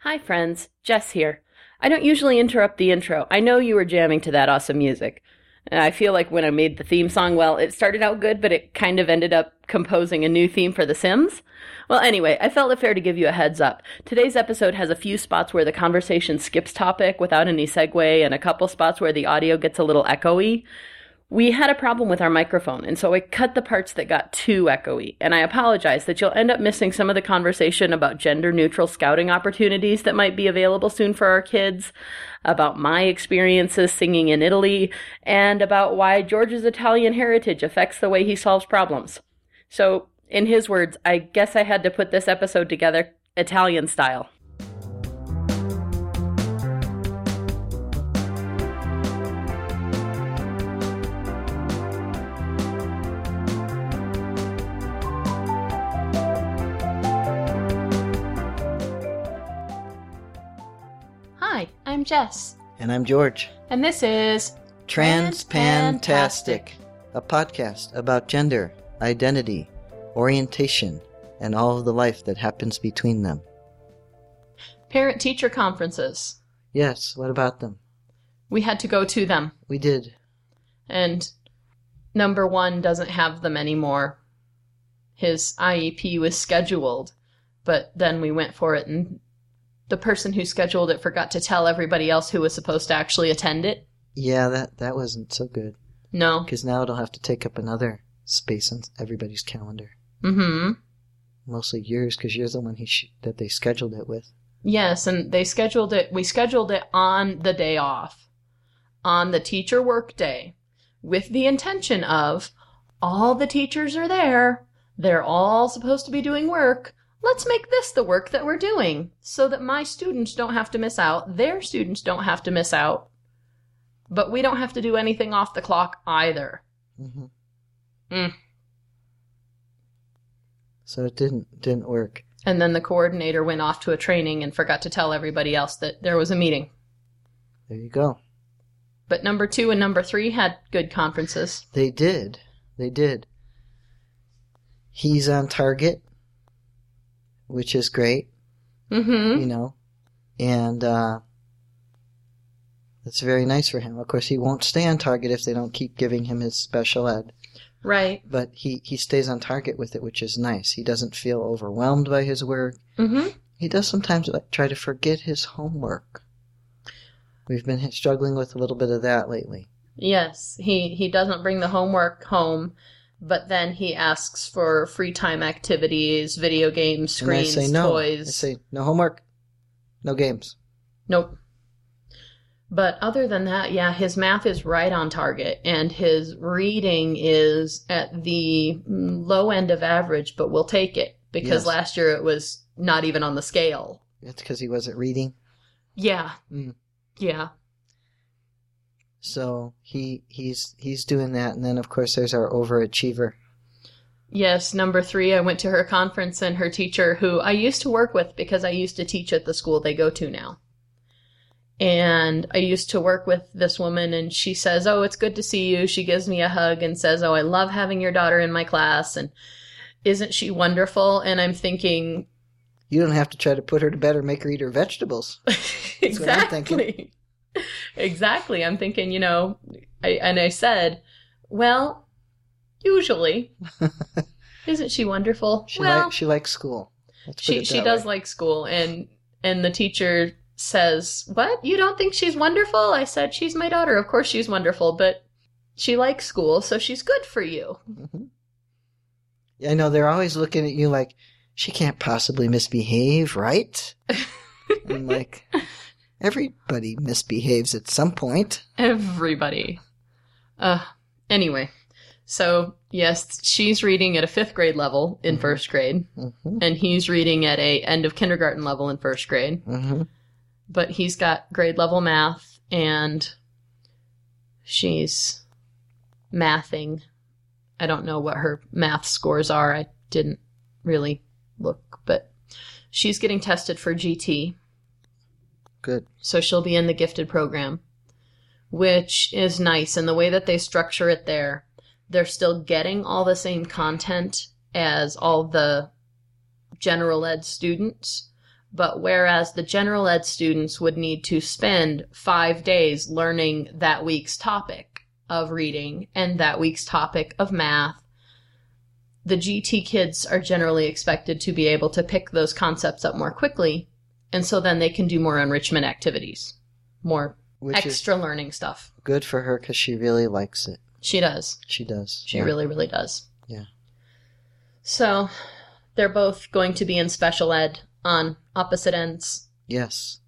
Hi, friends. Jess here. I don't usually interrupt the intro. I know you were jamming to that awesome music. And I feel like when I made the theme song, well, it started out good, but it kind of ended up composing a new theme for The Sims. Well, anyway, I felt it fair to give you a heads up. Today's episode has a few spots where the conversation skips topic without any segue, and a couple spots where the audio gets a little echoey. We had a problem with our microphone, and so I cut the parts that got too echoey. And I apologize that you'll end up missing some of the conversation about gender neutral scouting opportunities that might be available soon for our kids, about my experiences singing in Italy, and about why George's Italian heritage affects the way he solves problems. So, in his words, I guess I had to put this episode together Italian style. Hi, I'm Jess, And I'm George. and this is Transpantastic, a podcast about gender, identity, orientation, and all of the life that happens between them. Parent Teacher Conferences. Yes, what about them? We had to go to them, We did. and number one doesn't have them anymore. His IEP was scheduled, but then we went for it, and the person who scheduled it forgot to tell everybody else who was supposed to actually attend it. Yeah, that, that wasn't so good. No. Because now it'll have to take up another space on everybody's calendar. Mm hmm. Mostly yours, because you're the one he sh- that they scheduled it with. Yes, and they scheduled it. We scheduled it on the day off, on the teacher work day, with the intention of all the teachers are there. They're all supposed to be doing work. Let's make this the work that we're doing so that my students don't have to miss out, their students don't have to miss out, but we don't have to do anything off the clock either. hmm Mm. So it didn't didn't work. And then the coordinator went off to a training and forgot to tell everybody else that there was a meeting. There you go. But number two and number three had good conferences. They did. They did. He's on target, which is great, Mm-hmm. you know, and uh, that's very nice for him. Of course, he won't stay on target if they don't keep giving him his special ed, Right. but he, he stays on target with it, which is nice. He doesn't feel overwhelmed by his work. Mm-hmm. He does sometimes like, try to forget his homework. We've been struggling with a little bit of that lately. Yes. He he doesn't bring the homework home, but then he asks for free time activities, video games, screens, and I say no. toys. I say no homework, no games. nope. But other than that, yeah, his math is right on target, and his reading is at the mm, low end of average, but we'll take it because Yes. last year it was not even on the scale. That's because he wasn't reading. Yeah. Mm. Yeah. So he he's he's doing that, and then of course there's our overachiever. Yes, number three, I went to her conference and her teacher, who I used to work with because I used to teach at the school they go to now. And I used to work with this woman, and she says, Oh, it's good to see you. She gives me a hug and says, Oh, I love having your daughter in my class. And isn't she wonderful? And I'm thinking, You don't have to try to put her to bed or make her eat her vegetables. what I'm thinking. exactly. exactly. I'm thinking, you know, I, and I said, Well, usually. isn't she wonderful? She well, like, she likes school. Let's put she it she that does way. like school and and the teacher says what you don't think she's wonderful i said she's my daughter of course she's wonderful but she likes school so she's good for you Mhm. I know they're always looking at you like she can't possibly misbehave, right? I'm like everybody misbehaves at some point. everybody uh anyway so yes she's reading at a fifth grade level in Mhm. first grade Mm-hmm. and he's reading at a end of kindergarten level in first grade Mm-hmm. but he's got grade level math and she's mathing. I don't know what her math scores are. I didn't really look, but she's getting tested for GT, Good. so she'll be in the gifted program, which is nice. And the way that they structure it there, they're still getting all the same content as all the general ed students, But whereas the general ed students would need to spend five days learning that week's topic of reading and that week's topic of math, the GT kids are generally expected to be able to pick those concepts up more quickly. And so then they can do more enrichment activities, more Which extra learning stuff. is good for her because she really likes it. She does. She does. She Yeah. really, really does. Yeah. So they're both going to be in special ed on opposite ends, Yes.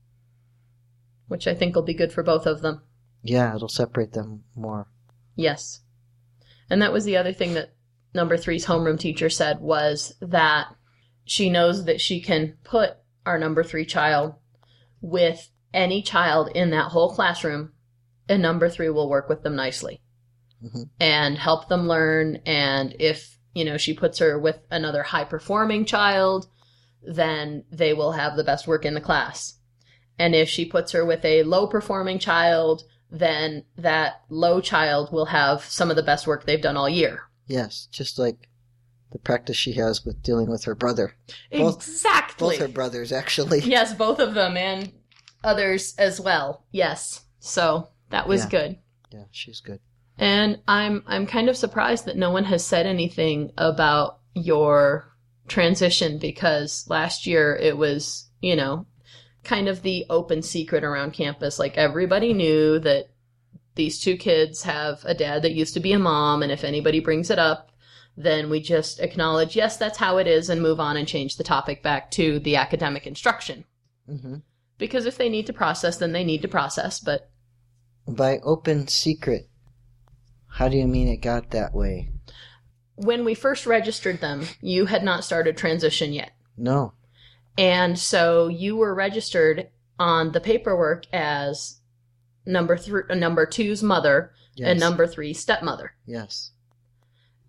which I think will be good for both of them. Yeah, it'll separate them more. Yes. And that was the other thing that number three's homeroom teacher said was that she knows that she can put our number three child with any child in that whole classroom, and number three will work with them nicely Mhm. and help them learn. And if, you know, she puts her with another high performing child, then they will have the best work in the class. And if she puts her with a low performing child, then that low child will have some of the best work they've done all year. Yes, just like the practice she has with dealing with her brother. Both- exactly. Both her brothers, actually. yes, both of them and others as well. Yes. So that was Yeah. good. Yeah, she's good. And I'm I'm kind of surprised that no one has said anything about your transition because last year it was, you know, kind of the open secret around campus. Like everybody knew that these two kids have a dad that used to be a mom and if anybody brings it up, then we just acknowledge, yes, that's how it is and move on and change the topic back to the academic instruction. hmm Because if they need to process, then they need to process, but By open secret, how do you mean it got that way? when we first registered them, you had not started transition yet. No. And so you were registered on the paperwork as number three, number two's mother Yes. and number three stepmother. Yes.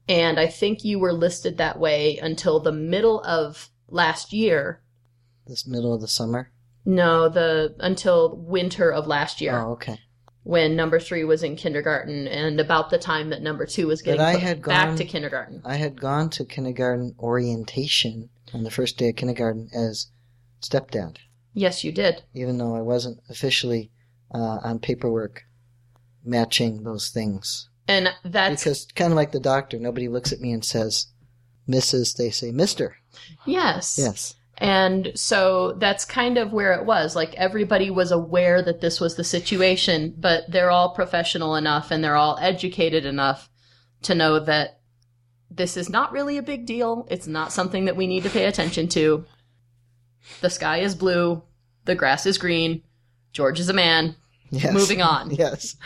And I think you were listed that way until the middle of last year. This middle of the summer. No, the until winter of last year Oh, okay. when number three was in kindergarten, and about the time that number two was getting But I put had back gone- to kindergarten. I had gone to kindergarten orientation on the first day of kindergarten as stepdad, Yes, you did. even though I wasn't officially uh, on paperwork matching those things. And that's because kind of like the doctor, nobody looks at me and says, Mrs. They say, Mister. yes. Yes. And so that's kind of where it was. Like everybody was aware that this was the situation, but they're all professional enough and they're all educated enough to know that this is not really a big deal. It's not something that we need to pay attention to. The sky is blue, the grass is green, George is a man. Yes. Moving on. Yes.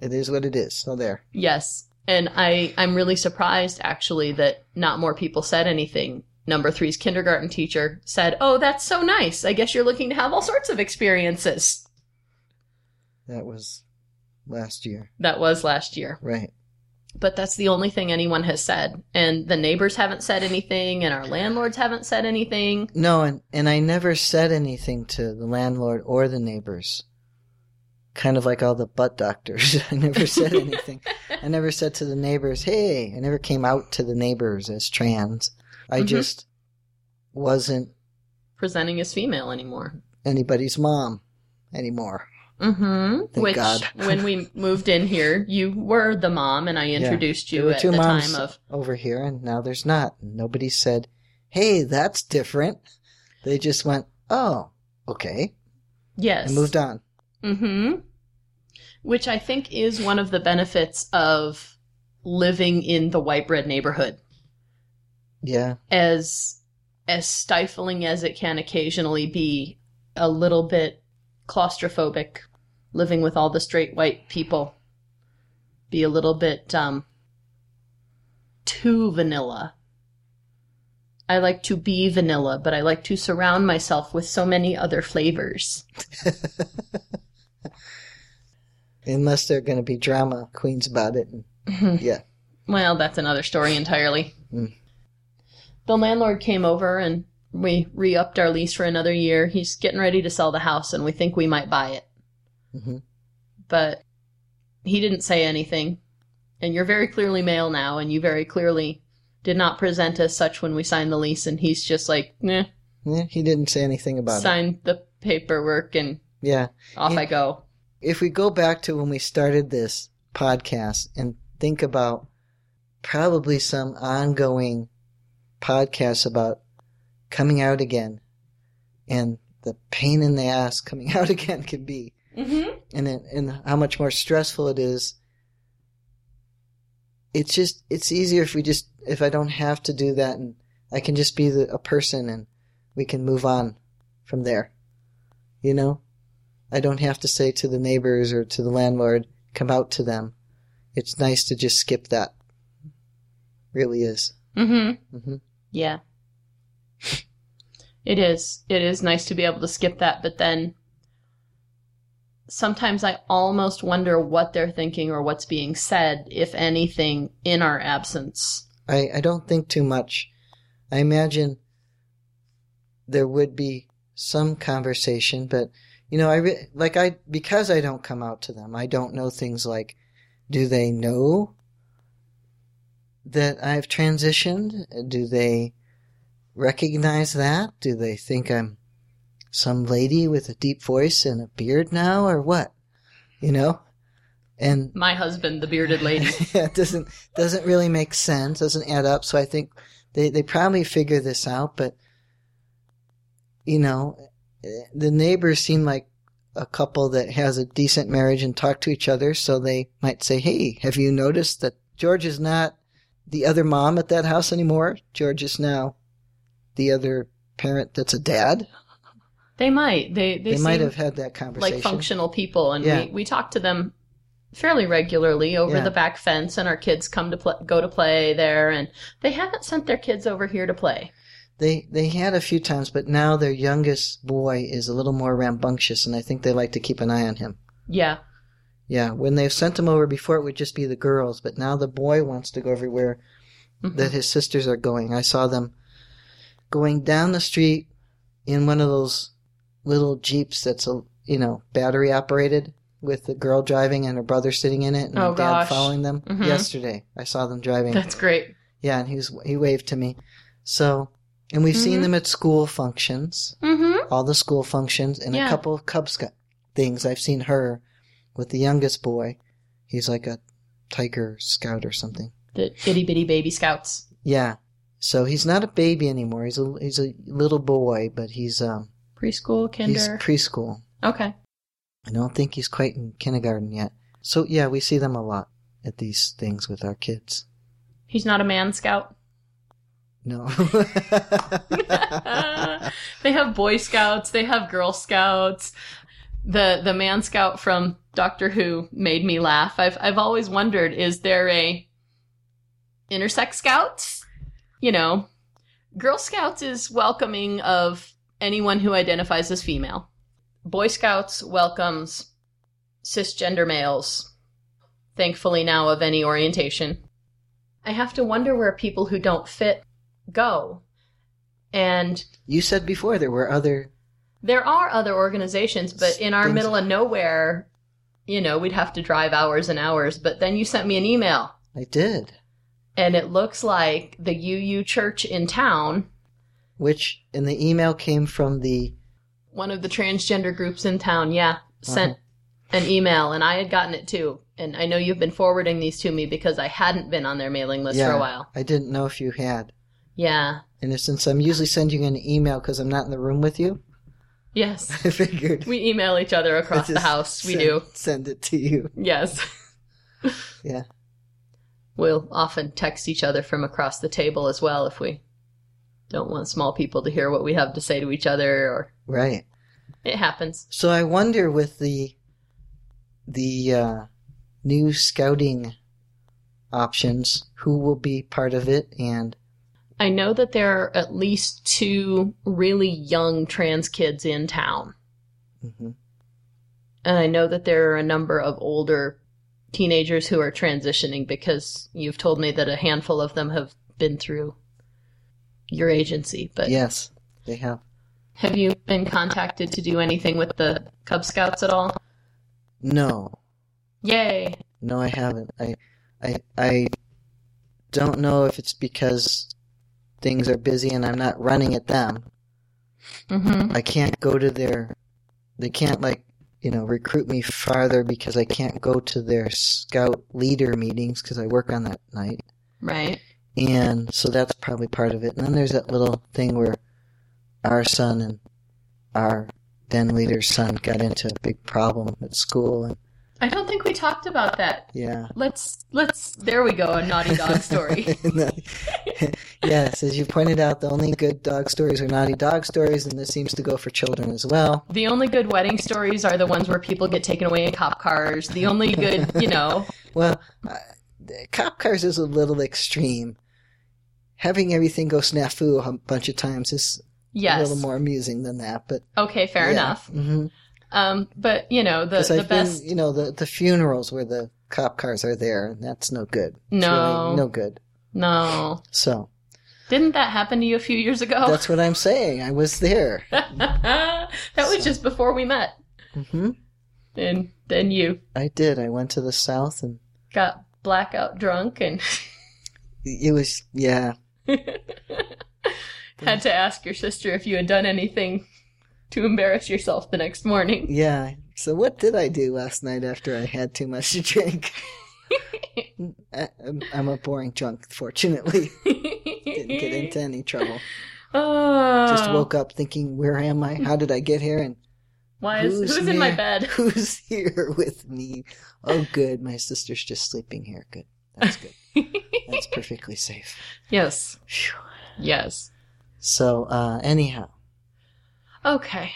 It is what it is. So there. Yes. And I, I'm really surprised actually that not more people said anything. Number three's kindergarten teacher said, Oh, that's so nice. I guess you're looking to have all sorts of experiences. That was last year. That was last year. Right. But that's the only thing anyone has said. And the neighbors haven't said anything, and our landlords haven't said anything. No, and, and I never said anything to the landlord or the neighbors. Kind of like all the butt doctors. I never said anything. I never said to the neighbors, hey, I never came out to the neighbors as trans. I Mhm. just wasn't Presenting as female anymore. anybody's mom anymore. Mm hmm. Thank Which, God. when we moved in here, you were the mom, and I introduced There you were at two the moms time of. over here, and now there's not. Nobody said, "Hey, that's different." They just went, "Oh, okay," Yes. and moved on. hmm Which I think is one of the benefits of living in the white bread neighborhood. Yeah, As as stifling as it can occasionally be, a little bit claustrophobic, living with all the straight white people, be a little bit um, too vanilla. I like to be vanilla, but I like to surround myself with so many other flavors. unless they're going to be drama queens about it. And, yeah, Well, that's another story entirely. Mm. The landlord came over and we re upped our lease for another year. He's getting ready to sell the house and we think we might buy it. Mhm. But he didn't say anything. And you're very clearly male now and you very clearly did not present as such when we signed the lease. And he's just like, nah, Yeah, he didn't say anything about it. Signed the paperwork and Yeah. off Yeah. I go. If we go back to when we started this podcast and think about probably some ongoing podcasts about coming out again and the pain in the ass coming out again can be Mm-hmm. and it, and how much more stressful it is. It's just it's easier if we just if I don't have to do that and I can just be the, a person and we can move on from there. You know, I don't have to say to the neighbors or to the landlord, come out to them. It's nice to just skip that. Really is. Mm-hmm. hmm Yeah. It is. It is nice to be able to skip that, but then sometimes I almost wonder what they're thinking or what's being said, if anything, in our absence. I, I don't think too much. I imagine there would be some conversation, but you know, I re- like I because I don't come out to them. I don't know things like, do they know that I've transitioned? Do they recognize that? Do they think I'm some lady with a deep voice and a beard now, or what? You know, and My husband, the bearded lady. yeah, it doesn't doesn't really make sense. Doesn't add up. So I think they they probably figure this out, but you know, eh, the neighbors seem like a couple that has a decent marriage and talk to each other. So they might say, "Hey, have you noticed that George is not the other mom at that house anymore? George is now the other parent that's a dad." They might. They they, They, might seem have had that like conversation. functional people, and Yeah. we we talk to them fairly regularly over Yeah. the back fence, and our kids come to pl- go to play there, and they haven't sent their kids over here to play. They they had a few times, but now their youngest boy is a little more rambunctious, and I think they like to keep an eye on him. Yeah. Yeah, when they've sent him over before, it would just be the girls, but now the boy wants to go everywhere Mhm. that his sisters are going. I saw them going down the street in one of those little jeeps that's a you know battery operated with the girl driving and her brother sitting in it and Oh, the dad gosh. following them. Mhm. Yesterday, I saw them driving. That's great. yeah, and he was he waved to me. So, and we've seen Mhm. them at school functions Mm-hmm. all the school functions and Yeah. a couple of Cub Scout things. I've seen her with the youngest boy. He's like a tiger scout or something. The itty bitty baby scouts. Yeah. So he's not a baby anymore. He's a he's a little boy, but he's um Preschool, he's kinder. preschool. okay. I don't think he's quite in kindergarten yet. So yeah, we see them a lot at these things with our kids. He's not a man scout. No. They have boy scouts, they have girl scouts. The the man scout from Doctor Who made me laugh. I've I've always wondered is there a intersex scouts? You know, girl scouts is welcoming of anyone who identifies as female. Boy scouts welcomes cisgender males. Thankfully now of any orientation. I have to wonder where people who don't fit go. And you said before there were other there are other organizations, but in our Things- middle of nowhere, you know, we'd have to drive hours and hours. But then you sent me an email, I did. and it looks like the UU church in town, Which and the email came from the one of the transgender groups in town, yeah, sent Uh-huh. an email, and I had gotten it too. And I know you've been forwarding these to me because I hadn't been on their mailing list for Yeah. a while. I didn't know if you had. Yeah. And if- since I'm usually sending an email because I'm not in the room with you, Yes. I figured We email each other I'd across the just house. We send, do. send it to you. Yes. Yeah. We'll often text each other from across the table as well if we don't want small people to hear what we have to say to each other or Right. it happens. So I wonder with the the uh, new scouting options, who will be part of it, and I know that there are at least two really young trans kids in town. mhm. And I know that there are a number of older teenagers who are transitioning because you've told me that a handful of them have been through your agency. But yes, they have. have you been contacted to do anything with the Cub Scouts at all? No, Yay. No, I haven't. I, I, I don't know if it's because things are busy and I'm not running at them, Mm-hmm. I can't go to their. They can't like you know recruit me farther because I can't go to their scout leader meetings because I work on that night, Right. and so that's probably part of it. And then there's that little thing where our son and our then leader's son got into a big problem at school, and I don't think we talked about that. yeah. Let's let's. There we go. A naughty dog story. yes, as you pointed out, the only good dog stories are naughty dog stories, and this seems to go for children as well. the only good wedding stories are the ones where people get taken away in cop cars. The only good, you know. Well, uh, the cop cars is a little extreme. Having everything go snafu a bunch of times is a Yes. little more amusing than that. But Okay. Fair enough. Mm-hmm. Um. But you know the the I've best. been, you know, the the funerals where the cop cars are there, and that's no good. It's really No. no good. No. So Didn't that happen to you a few years ago? that's what I'm saying. I was there. that was just before we met, hmm and then you I did. I went to the south, and got blackout drunk and it was yeah. had to ask your sister if you had done anything to embarrass yourself the next morning. Yeah. So what did I do last night after I had too much to drink? I, I'm- I'm a boring drunk, fortunately. Didn't get into any trouble. Oh, Just woke up thinking, where am I? How did I get here? And Why is who's who's, in my near? bed? who's here with me? Oh, good. My sister's just sleeping here. Good. That's good. That's perfectly safe. Yes, Phew. yes. So, uh, anyhow, Okay.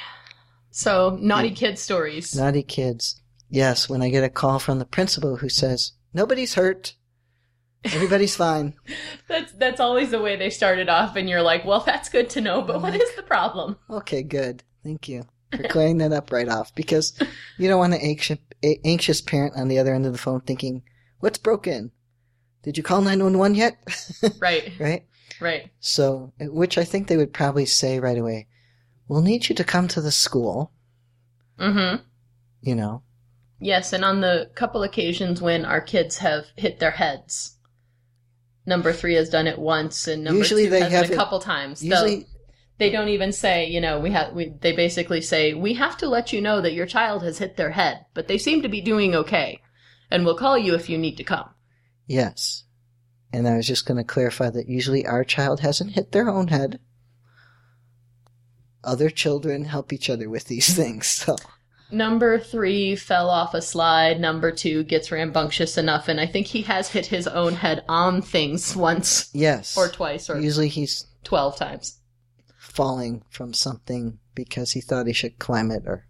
So naughty kid stories. naughty kids. Yes, when I get a call from the principal who says, nobody's hurt, everybody's fine. That's that's always the way they started off, and you're like, well, that's good to know, but what is the problem? Okay, good. Thank you for clearing that up right off because you don't want an anxious, a- anxious parent on the other end of the phone thinking, What's broken? Did you call 911 yet? Right, right? right. So, uh, which I think they would probably say right away, We'll need you to come to the school, Mm-hmm. you know. Yes, and on the couple occasions when our kids have hit their heads, number three has done it once, and number Usually two they has have it it- a couple times. Usually, so they don't even say, you know, we have. We, they basically say we have to let you know that your child has hit their head, but they seem to be doing okay, and we'll call you if you need to come. yes. And I was just going to clarify that usually our child hasn't hit their own head. Other children help each other with these things. So, Number three fell off a slide. Number two gets rambunctious enough, and I think he has hit his own head on things once yes. or twice or usually he's twelve times. falling from something because he thought he should climb it or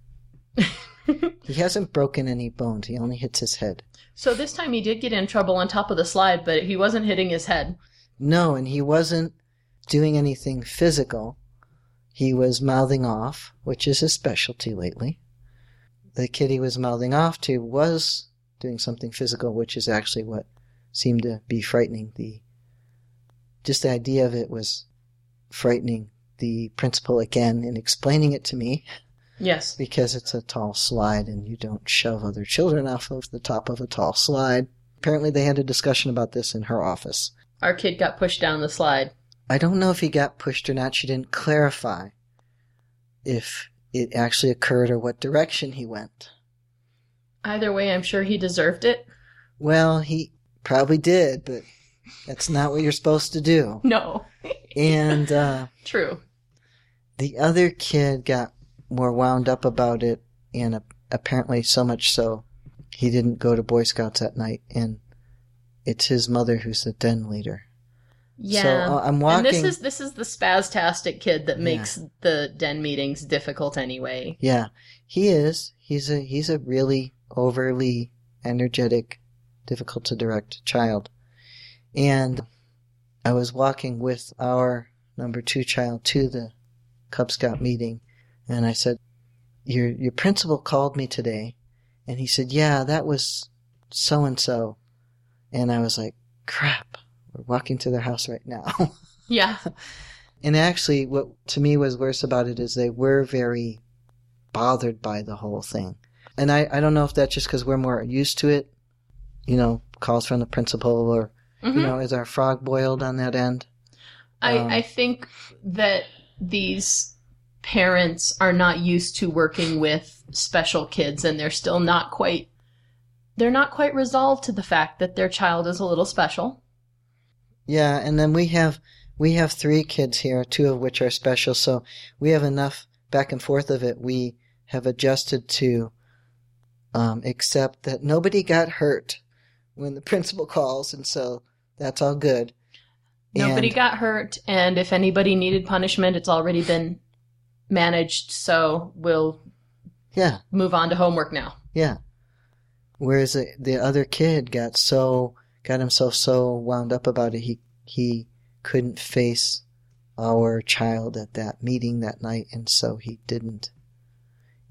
he hasn't broken any bones he only hits his head So this time he did get in trouble on top of the slide, but he wasn't hitting his head. no and he wasn't doing anything physical he was mouthing off which is his specialty lately the kid he was mouthing off to was doing something physical which is actually what seemed to be frightening the just the idea of it was frightening the principal again in explaining it to me Yes. because it's a tall slide and you don't shove other children off of the top of a tall slide. Apparently, they had a discussion about this in her office. Our kid got pushed down the slide. I don't know if he got pushed or not. She didn't clarify if it actually occurred or what direction he went. Either way, I'm sure he deserved it. Well, he probably did, but that's not what you're supposed to do. No. And, uh, True. the other kid got more wound up about it, and a- apparently so much so he didn't go to Boy Scouts that night. And it's his mother who's the den leader. Yeah. So uh, I'm and walking. this is this is the spastastic kid that makes the den meetings difficult anyway. yeah, he is. He's a he's a really overly energetic, difficult to direct child. And I was walking with our number two child to the Cub Scout meeting, and I said, "Your your principal called me today," and he said, "Yeah, that was so and so," and I was like, "Crap, we're walking to their house right now." Yeah. and actually, what to me was worse about it is they were very bothered by the whole thing, and I I don't know if that's just because we're more used to it, you know, calls from the principal or Mhm. you know, is our frog boiled on that end? I, Um, I think that these parents are not used to working with special kids and they're still not quite they're not quite resolved to the fact that their child is a little special. Yeah, and then we have we have three kids here, two of which are special, so we have enough back and forth of it. We have adjusted to um, accept that nobody got hurt when the principal calls, and so that's all good. Nobody And- got hurt and if anybody needed punishment it's already been managed so we'll yeah, move on to homework now. yeah. Whereas the, the other kid got so got himself so wound up about it, he he couldn't face our child at that meeting that night, and so he didn't.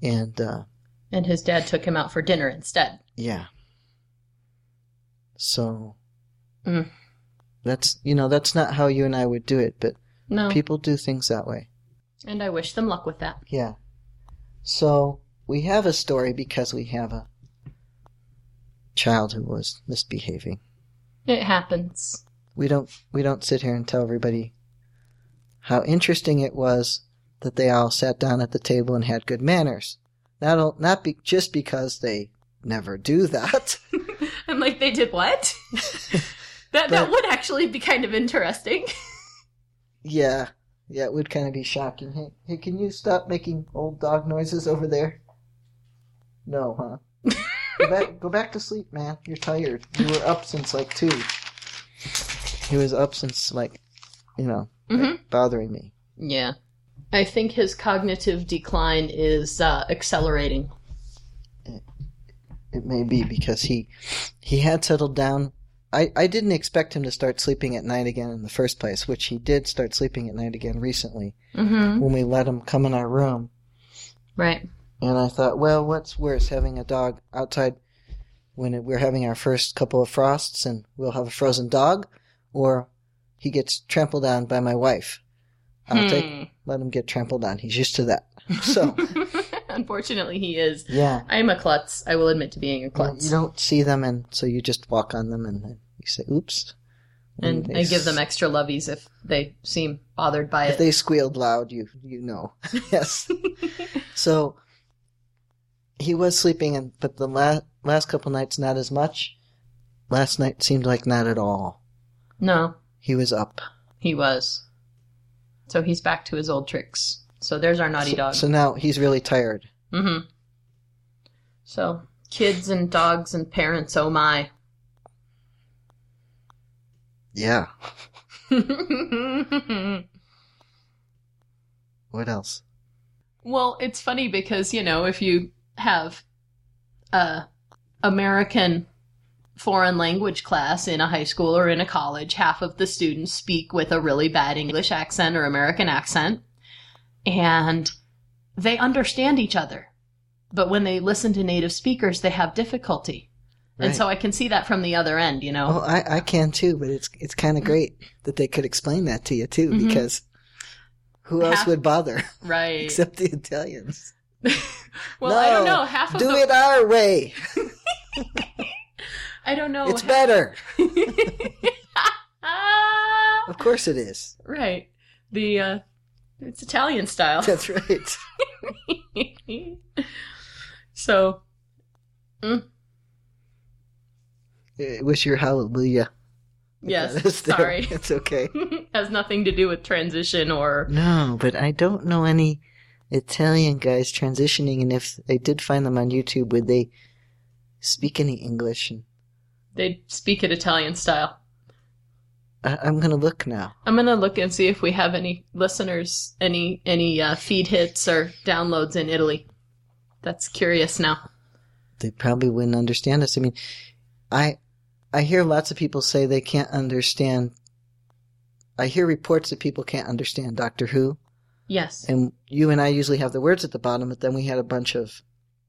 And uh, And his dad took him out for dinner instead. Yeah. So Mm. that's you know that's not how you and I would do it, but No. people do things that way. and I wish them luck with that. Yeah. So we have a story because we have a child who was misbehaving. It happens. We don't we don't sit here and tell everybody how interesting it was that they all sat down at the table and had good manners. Not not be, just because they never do that. I'm like, they did what? that But- that would actually be kind of interesting. Yeah, yeah, it would kind of be shocking. Hey, hey, can you stop making old dog noises over there? No, huh? go, back, go back to sleep, man. You're tired. You were up since like two. He was up since like, you know, like, bothering me. Mm-hmm. Yeah. I think his cognitive decline is uh, accelerating. It may be because he he had settled down. I, I didn't expect him to start sleeping at night again in the first place, which he did start sleeping at night again recently Mm-hmm. when we let him come in our room. Right. And I thought, well, what's worse, having a dog outside when it- we're having our first couple of frosts and we'll have a frozen dog, or he gets trampled on by my wife? Hmm. I'll take, let him get trampled on. He's used to that. So, Unfortunately, he is. yeah. I am a klutz. I will admit to being a klutz. You don't see them, and so you just walk on them and then you say, oops. and they I give them s- extra lovies if they seem bothered by If it. they squealed loud, you you know. yes. so he was sleeping, and but the last last couple nights not as much. Last night seemed like not at all. no, He was up. he was. So he's back to his old tricks. So there's our naughty so, dog. so now he's really tired. Mm-hmm. So, kids and dogs and parents, oh my. Yeah. well, What else? it's funny because, you know, if you have a American foreign language class in a high school or in a college, half of the students speak with a really bad English accent or American accent, and they understand each other. But when they listen to native speakers, they have difficulty. And Right. so I can see that from the other end, you know. Oh, I, I can too, but it's it's kind Mm-hmm. of great that they could explain that to you too, Mhm. because who else Half- would bother Right. except the Italians? well, I don't No, know. Half of Do the it our way. I don't know. It's ha- better. Ah, Of course it is. right. The uh, it's Italian style. That's right. so It was your Uh, hallelujah. yes, That is there. sorry, It's okay. has nothing to do with transition or No, but I don't know any Italian guys transitioning, and if I did find them on YouTube, would they speak any English? And they speak it Italian style. I- I'm going to look now. I'm gonna look and see if we have any listeners, any any uh, feed hits or downloads in Italy. That's curious now. They probably wouldn't understand us. I mean, I I hear lots of people say they can't understand. I hear reports that people can't understand Doctor Who, Yes. and you and I usually have the words at the bottom, but then we had a bunch of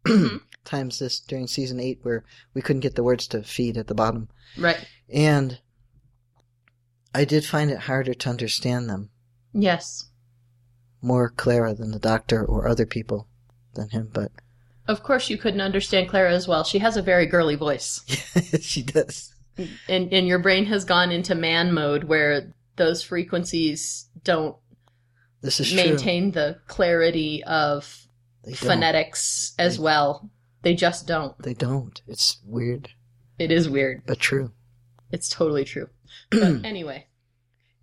times this during season eight where we couldn't get the words to feed at the bottom. Right. And I did find it harder to understand them, Yes. more Clara than the doctor or other people than him, but Of course, you couldn't understand Clara as well. She has a very girly voice, she does. and and your brain has gone into man mode where those frequencies don't This is true. maintain the clarity of They don't. phonetics as They- well. They just don't. They don't. It's weird, It is weird. but true. It's totally true. But anyway,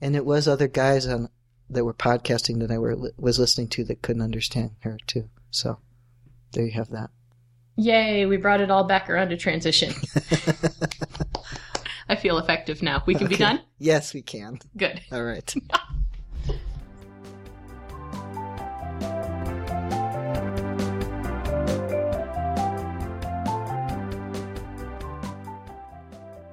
And it was other guys on that were podcasting that I were, was listening to that couldn't understand her too. So there you have that. yay, we brought it all back around to transition. I feel effective now. We can be Okay. done? Yes, we can. Good. All right.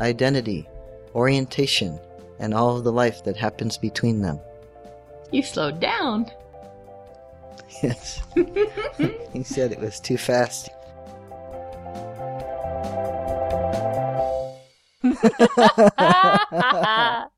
identity, orientation, and all of the life that happens between them. You slowed down. Yes. he said it was too fast.